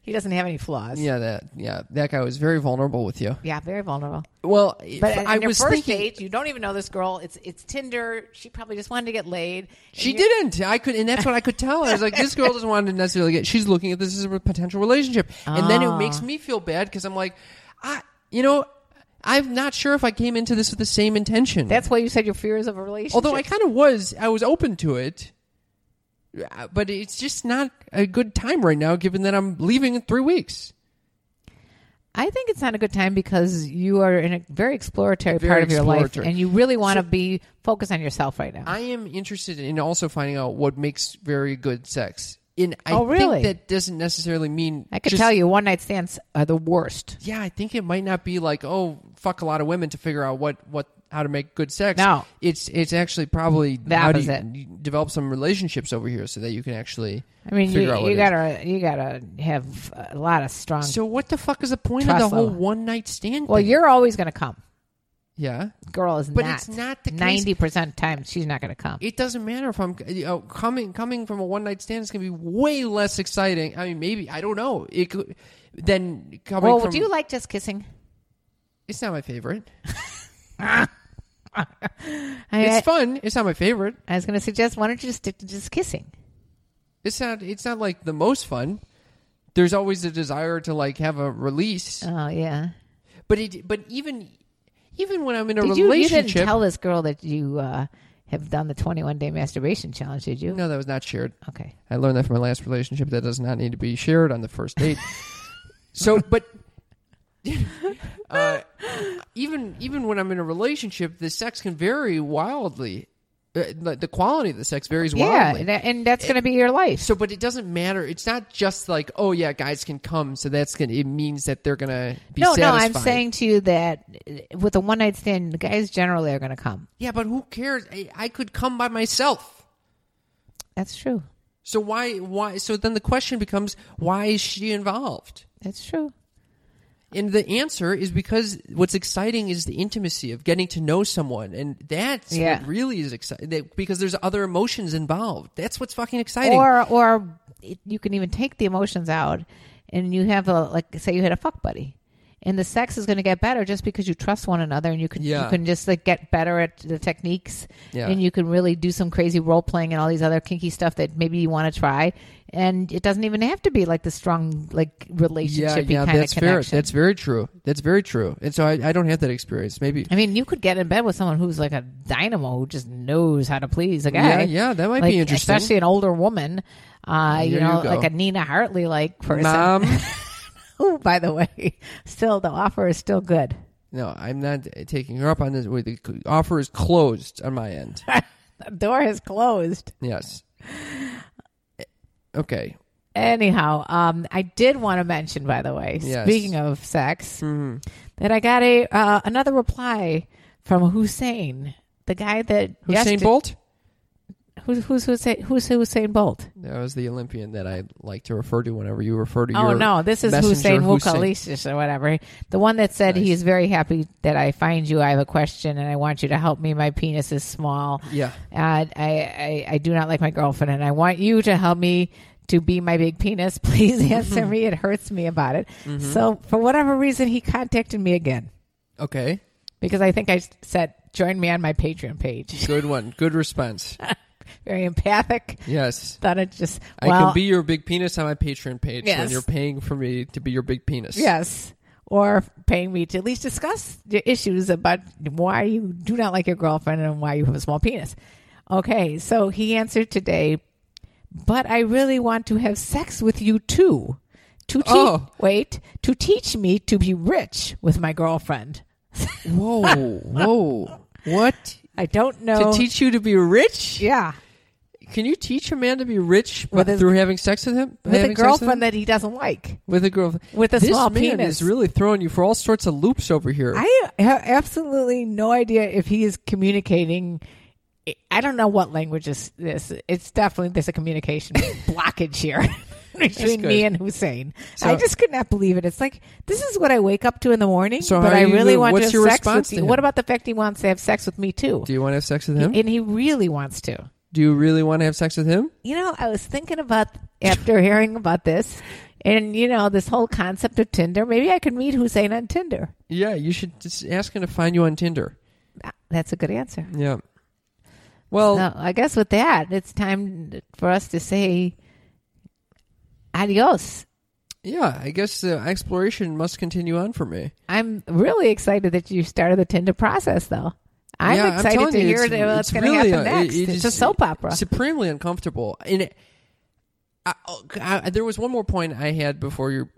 [SPEAKER 2] he doesn't have any flaws.
[SPEAKER 1] Yeah, that yeah that guy was very vulnerable with you.
[SPEAKER 2] Yeah, very vulnerable.
[SPEAKER 1] Well,
[SPEAKER 2] But
[SPEAKER 1] if
[SPEAKER 2] on
[SPEAKER 1] I
[SPEAKER 2] your
[SPEAKER 1] was
[SPEAKER 2] first
[SPEAKER 1] thinking
[SPEAKER 2] date, you don't even know this girl. It's it's Tinder. She probably just wanted to get laid.
[SPEAKER 1] she didn't. I could, and that's what I could tell. I was like, this girl doesn't want to necessarily get. She's looking at this as a potential relationship, and then it
[SPEAKER 2] Ah.
[SPEAKER 1] makes me feel bad because I'm like, I you know, I'm not sure if I came into this with the same intention.
[SPEAKER 2] That's why you said your fears of a relationship.
[SPEAKER 1] Although I kind of was, I was open to it, Uh, but it's just not a good time right now, given that I'm leaving in three weeks.
[SPEAKER 2] I think it's not a good time because you are in a very exploratory
[SPEAKER 1] Very
[SPEAKER 2] part of your life,
[SPEAKER 1] exploratory.
[SPEAKER 2] and you really want to be focused on yourself right now.
[SPEAKER 1] I am interested in also finding out what makes very good sex. And I
[SPEAKER 2] Oh, really?
[SPEAKER 1] think that doesn't necessarily mean
[SPEAKER 2] I could
[SPEAKER 1] just-
[SPEAKER 2] tell you, one night stands are the worst.
[SPEAKER 1] Yeah, I think it might not be like oh fuck a lot of women to figure out what what how to make good sex.
[SPEAKER 2] No.
[SPEAKER 1] it's it's actually probably
[SPEAKER 2] The
[SPEAKER 1] how do you-
[SPEAKER 2] opposite.
[SPEAKER 1] you develop some relationships over here so that you can actually.
[SPEAKER 2] I mean,
[SPEAKER 1] figure
[SPEAKER 2] you,
[SPEAKER 1] out what
[SPEAKER 2] you
[SPEAKER 1] it is.
[SPEAKER 2] gotta you gotta have a lot of strong.
[SPEAKER 1] So what the fuck is the point of
[SPEAKER 2] Trust
[SPEAKER 1] the whole
[SPEAKER 2] level.
[SPEAKER 1] one night stand?
[SPEAKER 2] well,
[SPEAKER 1] thing?
[SPEAKER 2] you're always gonna come.
[SPEAKER 1] yeah.
[SPEAKER 2] Girl is
[SPEAKER 1] But
[SPEAKER 2] not.
[SPEAKER 1] it's not the case.
[SPEAKER 2] ninety percent time she's not gonna come.
[SPEAKER 1] it doesn't matter if I'm you know, coming coming from a one night stand is going to be way less exciting. I mean, maybe I don't know. It could, than coming
[SPEAKER 2] Well,
[SPEAKER 1] from.
[SPEAKER 2] Oh, do you like just kissing?
[SPEAKER 1] it's not my favorite.
[SPEAKER 2] I,
[SPEAKER 1] It's
[SPEAKER 2] I,
[SPEAKER 1] fun. It's not my favorite.
[SPEAKER 2] I was gonna suggest why don't you just stick to just kissing?
[SPEAKER 1] It's not. It's not like the most fun. There's always a desire to like have a release,
[SPEAKER 2] Oh yeah.
[SPEAKER 1] but it. But even even when I'm in a
[SPEAKER 2] Did you, you
[SPEAKER 1] relationship,
[SPEAKER 2] didn't tell this girl that you uh, have done the twenty-one day masturbation challenge? Did you?
[SPEAKER 1] no, that was not shared.
[SPEAKER 2] Okay.
[SPEAKER 1] I learned that from my last relationship. That does not need to be shared on the first date. so, but uh, even even when I'm in a relationship, the sex can vary wildly. Uh, the the quality of the sex varies
[SPEAKER 2] Yeah,
[SPEAKER 1] wildly.
[SPEAKER 2] and, that- and that's gonna be your life.
[SPEAKER 1] so, but it doesn't matter. It's not just like, oh yeah, guys can come, so that's gonna. It means that they're gonna be
[SPEAKER 2] no, no,
[SPEAKER 1] satisfied.
[SPEAKER 2] I'm saying to you that uh, with a one-night stand, the guys generally are gonna come.
[SPEAKER 1] yeah, but who cares? I, I could come by myself.
[SPEAKER 2] That's true.
[SPEAKER 1] So why why? So then the question becomes, why is she involved?
[SPEAKER 2] That's true.
[SPEAKER 1] And the answer is because what's exciting is the intimacy of getting to know someone, and that's
[SPEAKER 2] Yeah.
[SPEAKER 1] what really is exciting. Because there's other emotions involved. That's what's fucking exciting.
[SPEAKER 2] Or or it, you can even take the emotions out, and you have a like say you had a fuck buddy, and the sex is going to get better just because you trust one another, and you can
[SPEAKER 1] Yeah.
[SPEAKER 2] you can just like get better at the techniques,
[SPEAKER 1] Yeah.
[SPEAKER 2] and you can really do some crazy role playing and all these other kinky stuff that maybe you want to try, and it doesn't even have to be like the strong like relationship
[SPEAKER 1] yeah,
[SPEAKER 2] kind
[SPEAKER 1] that's
[SPEAKER 2] of
[SPEAKER 1] fair.
[SPEAKER 2] connection.
[SPEAKER 1] That's very true. That's very true. And so I, I don't have that experience. Maybe.
[SPEAKER 2] I mean, you could get in bed with someone who's like a dynamo who just knows how to please a
[SPEAKER 1] Yeah,
[SPEAKER 2] guy.
[SPEAKER 1] yeah, that might
[SPEAKER 2] Like,
[SPEAKER 1] be interesting.
[SPEAKER 2] especially an older woman. Uh, you
[SPEAKER 1] Here you
[SPEAKER 2] know,
[SPEAKER 1] go.
[SPEAKER 2] like a Nina Hartley like person.
[SPEAKER 1] Mom,
[SPEAKER 2] Who, by the way, still the offer is still good.
[SPEAKER 1] no, I'm not taking her up on this. Wait, The offer is closed on my end.
[SPEAKER 2] The door is closed.
[SPEAKER 1] Yes. Eh, Okay.
[SPEAKER 2] Anyhow, um, I did want to mention, by the way,
[SPEAKER 1] Yes. Mm-hmm.
[SPEAKER 2] speaking of sex, that I got a uh, another reply from Hussein, the guy that
[SPEAKER 1] Usain
[SPEAKER 2] yesterday-
[SPEAKER 1] Bolt.
[SPEAKER 2] Who's who's Hussein? Who's Hussein Bolt?
[SPEAKER 1] That was the Olympian that I like to refer to whenever you refer to.
[SPEAKER 2] Oh
[SPEAKER 1] your
[SPEAKER 2] no, this is
[SPEAKER 1] messenger
[SPEAKER 2] Hussein Wukalisic or whatever. The one that said he is very happy that I find you. I have a question and I want you to help me. My penis is small.
[SPEAKER 1] Yeah.
[SPEAKER 2] And I, I, I do not like my girlfriend and I want you to help me to be my big penis. Please answer
[SPEAKER 1] Mm-hmm.
[SPEAKER 2] me. It hurts me about it. So for whatever reason he contacted me again.
[SPEAKER 1] Okay.
[SPEAKER 2] Because I think I said join me on my Patreon page.
[SPEAKER 1] Good one. Good response.
[SPEAKER 2] Very empathic.
[SPEAKER 1] Yes.
[SPEAKER 2] Thought it just
[SPEAKER 1] I
[SPEAKER 2] well,
[SPEAKER 1] can be your big penis on my Patreon page when
[SPEAKER 2] Yes.
[SPEAKER 1] you're paying for me to be your big penis.
[SPEAKER 2] Yes. Or paying me to at least discuss the issues about why you do not like your girlfriend and why you have a small penis. Okay, so he answered today, but I really want to have sex with you too. To te-
[SPEAKER 1] Oh.
[SPEAKER 2] wait, to teach me to be rich with my girlfriend.
[SPEAKER 1] Whoa. Whoa. What?
[SPEAKER 2] I don't know.
[SPEAKER 1] To teach you to be rich?
[SPEAKER 2] yeah,
[SPEAKER 1] Can you teach a man to be rich but
[SPEAKER 2] With his-
[SPEAKER 1] through having sex with him?
[SPEAKER 2] with a
[SPEAKER 1] Having sex with him?
[SPEAKER 2] girlfriend that he doesn't like.
[SPEAKER 1] with a girl
[SPEAKER 2] with a
[SPEAKER 1] this
[SPEAKER 2] small
[SPEAKER 1] man
[SPEAKER 2] penis.
[SPEAKER 1] is really throwing you for all sorts of loops over here.
[SPEAKER 2] I have absolutely no idea if he is communicating. I don't know what language is this. It's definitely there's a communication blockage here between me
[SPEAKER 1] good.
[SPEAKER 2] and Hussein.
[SPEAKER 1] So-
[SPEAKER 2] I just could not believe it. It's like this is what I wake up to in the morning,
[SPEAKER 1] So
[SPEAKER 2] but
[SPEAKER 1] how
[SPEAKER 2] I
[SPEAKER 1] are you
[SPEAKER 2] really
[SPEAKER 1] doing?
[SPEAKER 2] want
[SPEAKER 1] What's
[SPEAKER 2] to
[SPEAKER 1] your
[SPEAKER 2] have sex
[SPEAKER 1] response
[SPEAKER 2] with
[SPEAKER 1] to
[SPEAKER 2] you.
[SPEAKER 1] him?
[SPEAKER 2] What about the fact he wants to have sex with me too?
[SPEAKER 1] Do you want to have sex with him?
[SPEAKER 2] and he really wants to.
[SPEAKER 1] Do you really want to have sex with him?
[SPEAKER 2] You know, I was thinking about after hearing about this, and you know this whole concept of Tinder. Maybe I could meet Hussein on Tinder.
[SPEAKER 1] Yeah, you should just ask him to find you on Tinder.
[SPEAKER 2] That's a good answer.
[SPEAKER 1] Yeah. Well,
[SPEAKER 2] No, I guess with that, it's time for us to say adios.
[SPEAKER 1] yeah, I guess the exploration must continue on for me.
[SPEAKER 2] I'm really excited that you started the Tinder process, though. I'm
[SPEAKER 1] Yeah,
[SPEAKER 2] excited
[SPEAKER 1] telling
[SPEAKER 2] to
[SPEAKER 1] you,
[SPEAKER 2] hear
[SPEAKER 1] it's-
[SPEAKER 2] that- what's
[SPEAKER 1] it's
[SPEAKER 2] going to
[SPEAKER 1] really
[SPEAKER 2] happen
[SPEAKER 1] a- it-
[SPEAKER 2] next.
[SPEAKER 1] it
[SPEAKER 2] it's a
[SPEAKER 1] is
[SPEAKER 2] soap opera.
[SPEAKER 1] Supremely uncomfortable. And it, I, oh, I, there was one more point I had before your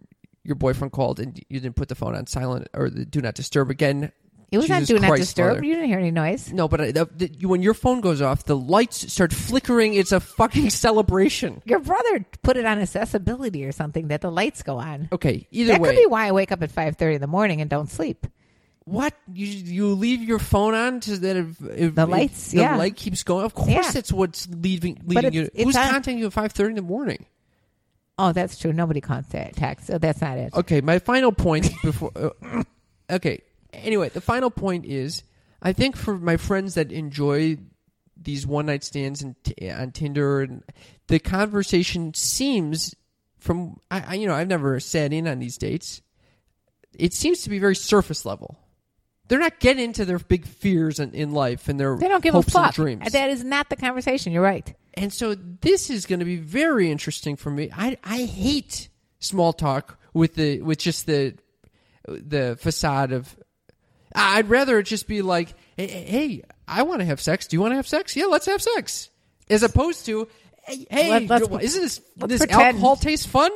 [SPEAKER 1] your boyfriend called and you didn't put the phone on silent or the do not disturb again.
[SPEAKER 2] It was not
[SPEAKER 1] Jesus
[SPEAKER 2] do not
[SPEAKER 1] Christ,
[SPEAKER 2] disturb.
[SPEAKER 1] Father.
[SPEAKER 2] You didn't hear any noise.
[SPEAKER 1] No, but I, the, the, you- when your phone goes off, the lights start flickering. It's a fucking celebration.
[SPEAKER 2] Your brother put it on accessibility or something that the lights go on.
[SPEAKER 1] Okay, either
[SPEAKER 2] That
[SPEAKER 1] way,
[SPEAKER 2] could be why I wake up at five thirty in the morning and don't sleep.
[SPEAKER 1] what you you leave your phone on to that if, if
[SPEAKER 2] The
[SPEAKER 1] if
[SPEAKER 2] lights,
[SPEAKER 1] the
[SPEAKER 2] yeah.
[SPEAKER 1] light keeps going. Of course,
[SPEAKER 2] Yeah.
[SPEAKER 1] that's what's leaving leading
[SPEAKER 2] it's-
[SPEAKER 1] you.
[SPEAKER 2] it's
[SPEAKER 1] Who's
[SPEAKER 2] on-
[SPEAKER 1] contacting you at five thirty in the morning?
[SPEAKER 2] Oh, that's true. Nobody contacts, so that's not it.
[SPEAKER 1] Okay, my final point before. uh, okay, anyway, the final point is I think for my friends that enjoy these one night stands and t- on Tinder, and the conversation seems from I, I you know I've never sat in on these dates. It seems to be very surface level. They're not getting into their big fears in, in life and their
[SPEAKER 2] They don't give a
[SPEAKER 1] hopes and
[SPEAKER 2] fuck.
[SPEAKER 1] dreams.
[SPEAKER 2] That is not the conversation. You're right.
[SPEAKER 1] And so this is going to be very interesting for me. I I hate small talk with the with just the the facade of. I'd rather it just be like, hey, hey I want to have sex. Do you want to have sex? Yeah, let's have sex. As opposed to, hey, hey
[SPEAKER 2] Let- let's-
[SPEAKER 1] do- isn't this
[SPEAKER 2] let's
[SPEAKER 1] this
[SPEAKER 2] pretend.
[SPEAKER 1] alcohol taste fun?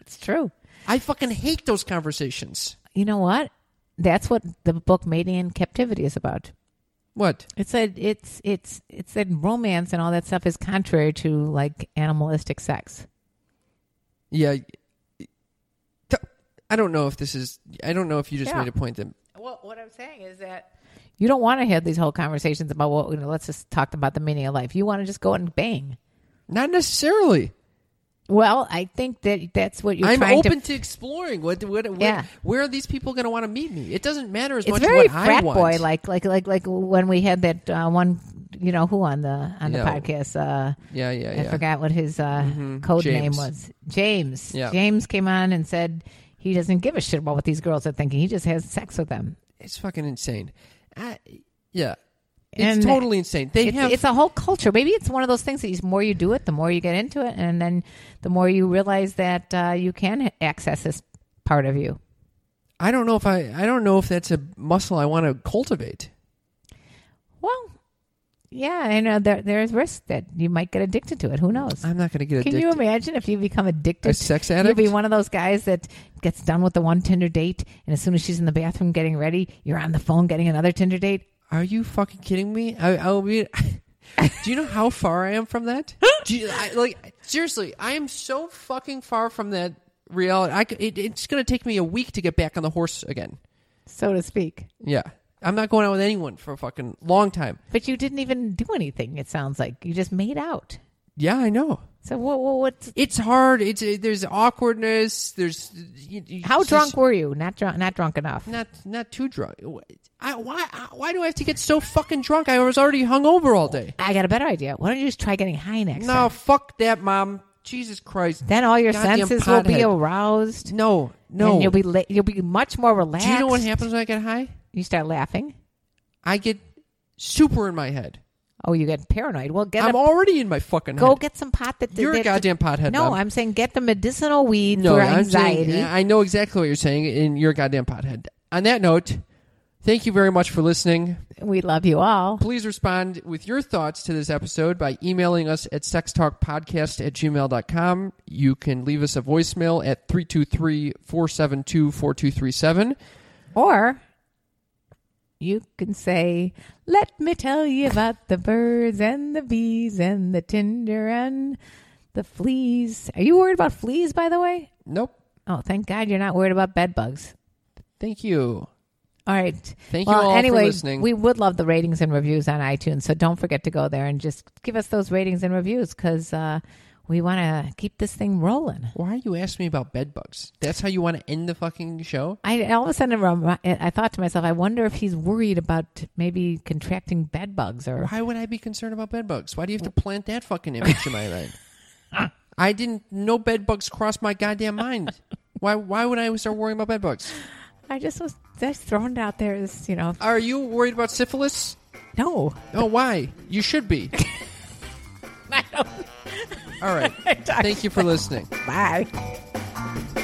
[SPEAKER 2] It's true.
[SPEAKER 1] I fucking hate those conversations.
[SPEAKER 2] you know what? That's what the book Mating in Captivity is about.
[SPEAKER 1] What?
[SPEAKER 2] It said it's it's it said romance and all that stuff is contrary to like animalistic sex.
[SPEAKER 1] Yeah. I don't know if this is. I don't know if you just
[SPEAKER 2] Yeah.
[SPEAKER 1] made a point that
[SPEAKER 2] Well, what I'm saying is that you don't want to have these whole conversations about what you know. Let's just talk about the meaning of life. You want to just go and bang.
[SPEAKER 1] not necessarily.
[SPEAKER 2] Well, I think that that's what you're
[SPEAKER 1] I'm
[SPEAKER 2] trying
[SPEAKER 1] open
[SPEAKER 2] to.
[SPEAKER 1] to, exploring. What, what, what-
[SPEAKER 2] Yeah.
[SPEAKER 1] Where are these people going to want to meet me? It doesn't matter as
[SPEAKER 2] It's
[SPEAKER 1] much
[SPEAKER 2] very
[SPEAKER 1] what I
[SPEAKER 2] frat
[SPEAKER 1] want.
[SPEAKER 2] boy like, like like like when we had that uh, one. You know who on the on the
[SPEAKER 1] Yeah.
[SPEAKER 2] podcast? Uh,
[SPEAKER 1] yeah, yeah,
[SPEAKER 2] I
[SPEAKER 1] yeah.
[SPEAKER 2] forgot what his uh, code name
[SPEAKER 1] James.
[SPEAKER 2] was. James.
[SPEAKER 1] Yeah.
[SPEAKER 2] James came on and said he doesn't give a shit about what these girls are thinking. He just has sex with them.
[SPEAKER 1] It's fucking insane. I, yeah. It's
[SPEAKER 2] And-
[SPEAKER 1] totally insane. They
[SPEAKER 2] it's,
[SPEAKER 1] have
[SPEAKER 2] it's a whole culture. Maybe it's one of those things that you, the more you do it, the more you get into it, and then the more you realize that uh, you can access this part of you.
[SPEAKER 1] I don't know if I I don't know if that's a muscle I want to cultivate.
[SPEAKER 2] Well, yeah, I know there, there's risk that you might get addicted to it. Who knows?
[SPEAKER 1] I'm not going to get
[SPEAKER 2] Can
[SPEAKER 1] addicted.
[SPEAKER 2] you imagine if you become addicted?
[SPEAKER 1] A sex
[SPEAKER 2] You'll
[SPEAKER 1] addict?
[SPEAKER 2] be one of those guys that gets done with the one Tinder date, and as soon as she's in the bathroom getting ready, you're on the phone getting another Tinder date.
[SPEAKER 1] Are you fucking kidding me? I, I'll be. Do you know how far I am from that? Do you, I, like seriously, I am so fucking far from that reality. I c it, it's going to take me a week to get back on the horse again.
[SPEAKER 2] so to speak.
[SPEAKER 1] Yeah, I'm not going out with anyone for a fucking long time.
[SPEAKER 2] But you didn't even do anything. It sounds like you just made out.
[SPEAKER 1] Yeah, I know.
[SPEAKER 2] So what? what what's
[SPEAKER 1] It's hard. It's uh, there's awkwardness. There's you, you-
[SPEAKER 2] how
[SPEAKER 1] it's
[SPEAKER 2] drunk
[SPEAKER 1] just-
[SPEAKER 2] were you? Not drunk. Not drunk enough.
[SPEAKER 1] Not not too drunk. I, why why do I have to get so fucking drunk? I was already hungover all day.
[SPEAKER 2] I got a better idea. Why don't you just try getting high next
[SPEAKER 1] No,
[SPEAKER 2] time?
[SPEAKER 1] fuck that, mom. Jesus Christ.
[SPEAKER 2] Then all your
[SPEAKER 1] Goddamn
[SPEAKER 2] senses will be
[SPEAKER 1] pothead.
[SPEAKER 2] aroused.
[SPEAKER 1] No, no.
[SPEAKER 2] And you'll be la- you'll be much more relaxed.
[SPEAKER 1] Do you know what happens when I get high?
[SPEAKER 2] You start laughing.
[SPEAKER 1] I get super in my head.
[SPEAKER 2] Oh, you get paranoid. Well, get
[SPEAKER 1] I'm
[SPEAKER 2] a,
[SPEAKER 1] already in my fucking
[SPEAKER 2] go
[SPEAKER 1] head.
[SPEAKER 2] get some pot. That
[SPEAKER 1] You're a
[SPEAKER 2] that-
[SPEAKER 1] goddamn pothead,
[SPEAKER 2] No,
[SPEAKER 1] Mom.
[SPEAKER 2] I'm saying get the medicinal weed
[SPEAKER 1] no,
[SPEAKER 2] for
[SPEAKER 1] I'm saying-
[SPEAKER 2] anxiety.
[SPEAKER 1] I know exactly what you're saying, and you're a goddamn pothead. On that note, thank you very much for listening.
[SPEAKER 2] we love you all.
[SPEAKER 1] Please respond with your thoughts to this episode by emailing us at sextalkpodcast at gmail.com. You can leave us a voicemail at 323 472 4237.
[SPEAKER 2] Or you can say, Let me tell you about the birds and the bees and the tinder and the fleas. Are you worried about fleas, by the way?
[SPEAKER 1] Nope.
[SPEAKER 2] Oh, thank God you're not worried about bed bugs.
[SPEAKER 1] Thank you.
[SPEAKER 2] All right.
[SPEAKER 1] Thank
[SPEAKER 2] well,
[SPEAKER 1] you all for
[SPEAKER 2] anyway,
[SPEAKER 1] listening.
[SPEAKER 2] We would love the ratings and reviews on iTunes, so don't forget to go there and just give us those ratings and reviews because uh, we want to keep this thing rolling.
[SPEAKER 1] Why are you asking me about bedbugs? That's how you want to end the fucking show?
[SPEAKER 2] I all of a sudden remi- I thought to myself, I wonder if he's worried about maybe contracting bed bugs or
[SPEAKER 1] Why would I be concerned about bedbugs? Why do you have to plant that fucking image in my mind? I didn't no bedbugs crossed my goddamn mind. Why why would I start worrying about bedbugs?
[SPEAKER 2] I just was just throwing it out there as you know.
[SPEAKER 1] Are you worried about syphilis?
[SPEAKER 2] No,
[SPEAKER 1] Oh why? You should be. All right. Thank you for listening.
[SPEAKER 2] bye.